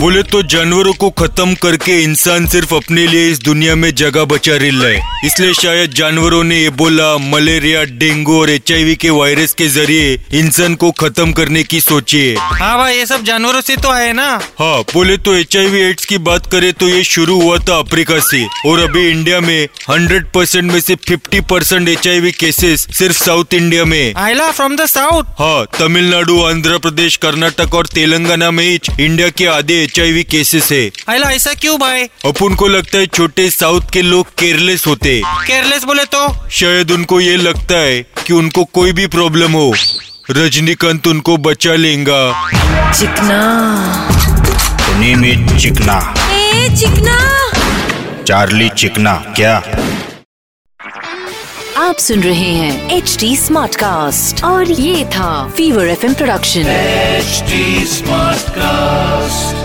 बोले तो जानवरों को खत्म करके इंसान सिर्फ अपने लिए इस दुनिया में जगह बचा रिल है इसलिए शायद जानवरों ने एबोला मलेरिया डेंगू और एच के वायरस के जरिए इंसान को खत्म करने की सोची है हाँ भाई ये सब जानवरों से तो है ना हाँ बोले तो एच एड्स की बात करें तो ये शुरू हुआ था अफ्रीका से और अभी इंडिया में 100 परसेंट में से 50 परसेंट एच केसेस सिर्फ साउथ इंडिया में है। आयला फ्रॉम द साउथ हाँ तमिलनाडु आंध्र प्रदेश कर्नाटक और तेलंगाना में ही इंडिया के आधे एच केसेस है आयला ऐसा क्यों भाई अपन को लगता है छोटे साउथ के लोग केयरलेस होते हैं। केयरलेस बोले तो शायद उनको ये लगता है कि उनको कोई भी प्रॉब्लम हो रजनीकांत उनको बचा लेगा चिकना The name is चिकना ए चिकना चार्ली चिकना क्या आप सुन रहे हैं एच डी स्मार्ट कास्ट और ये था fever F production HD Smartcast.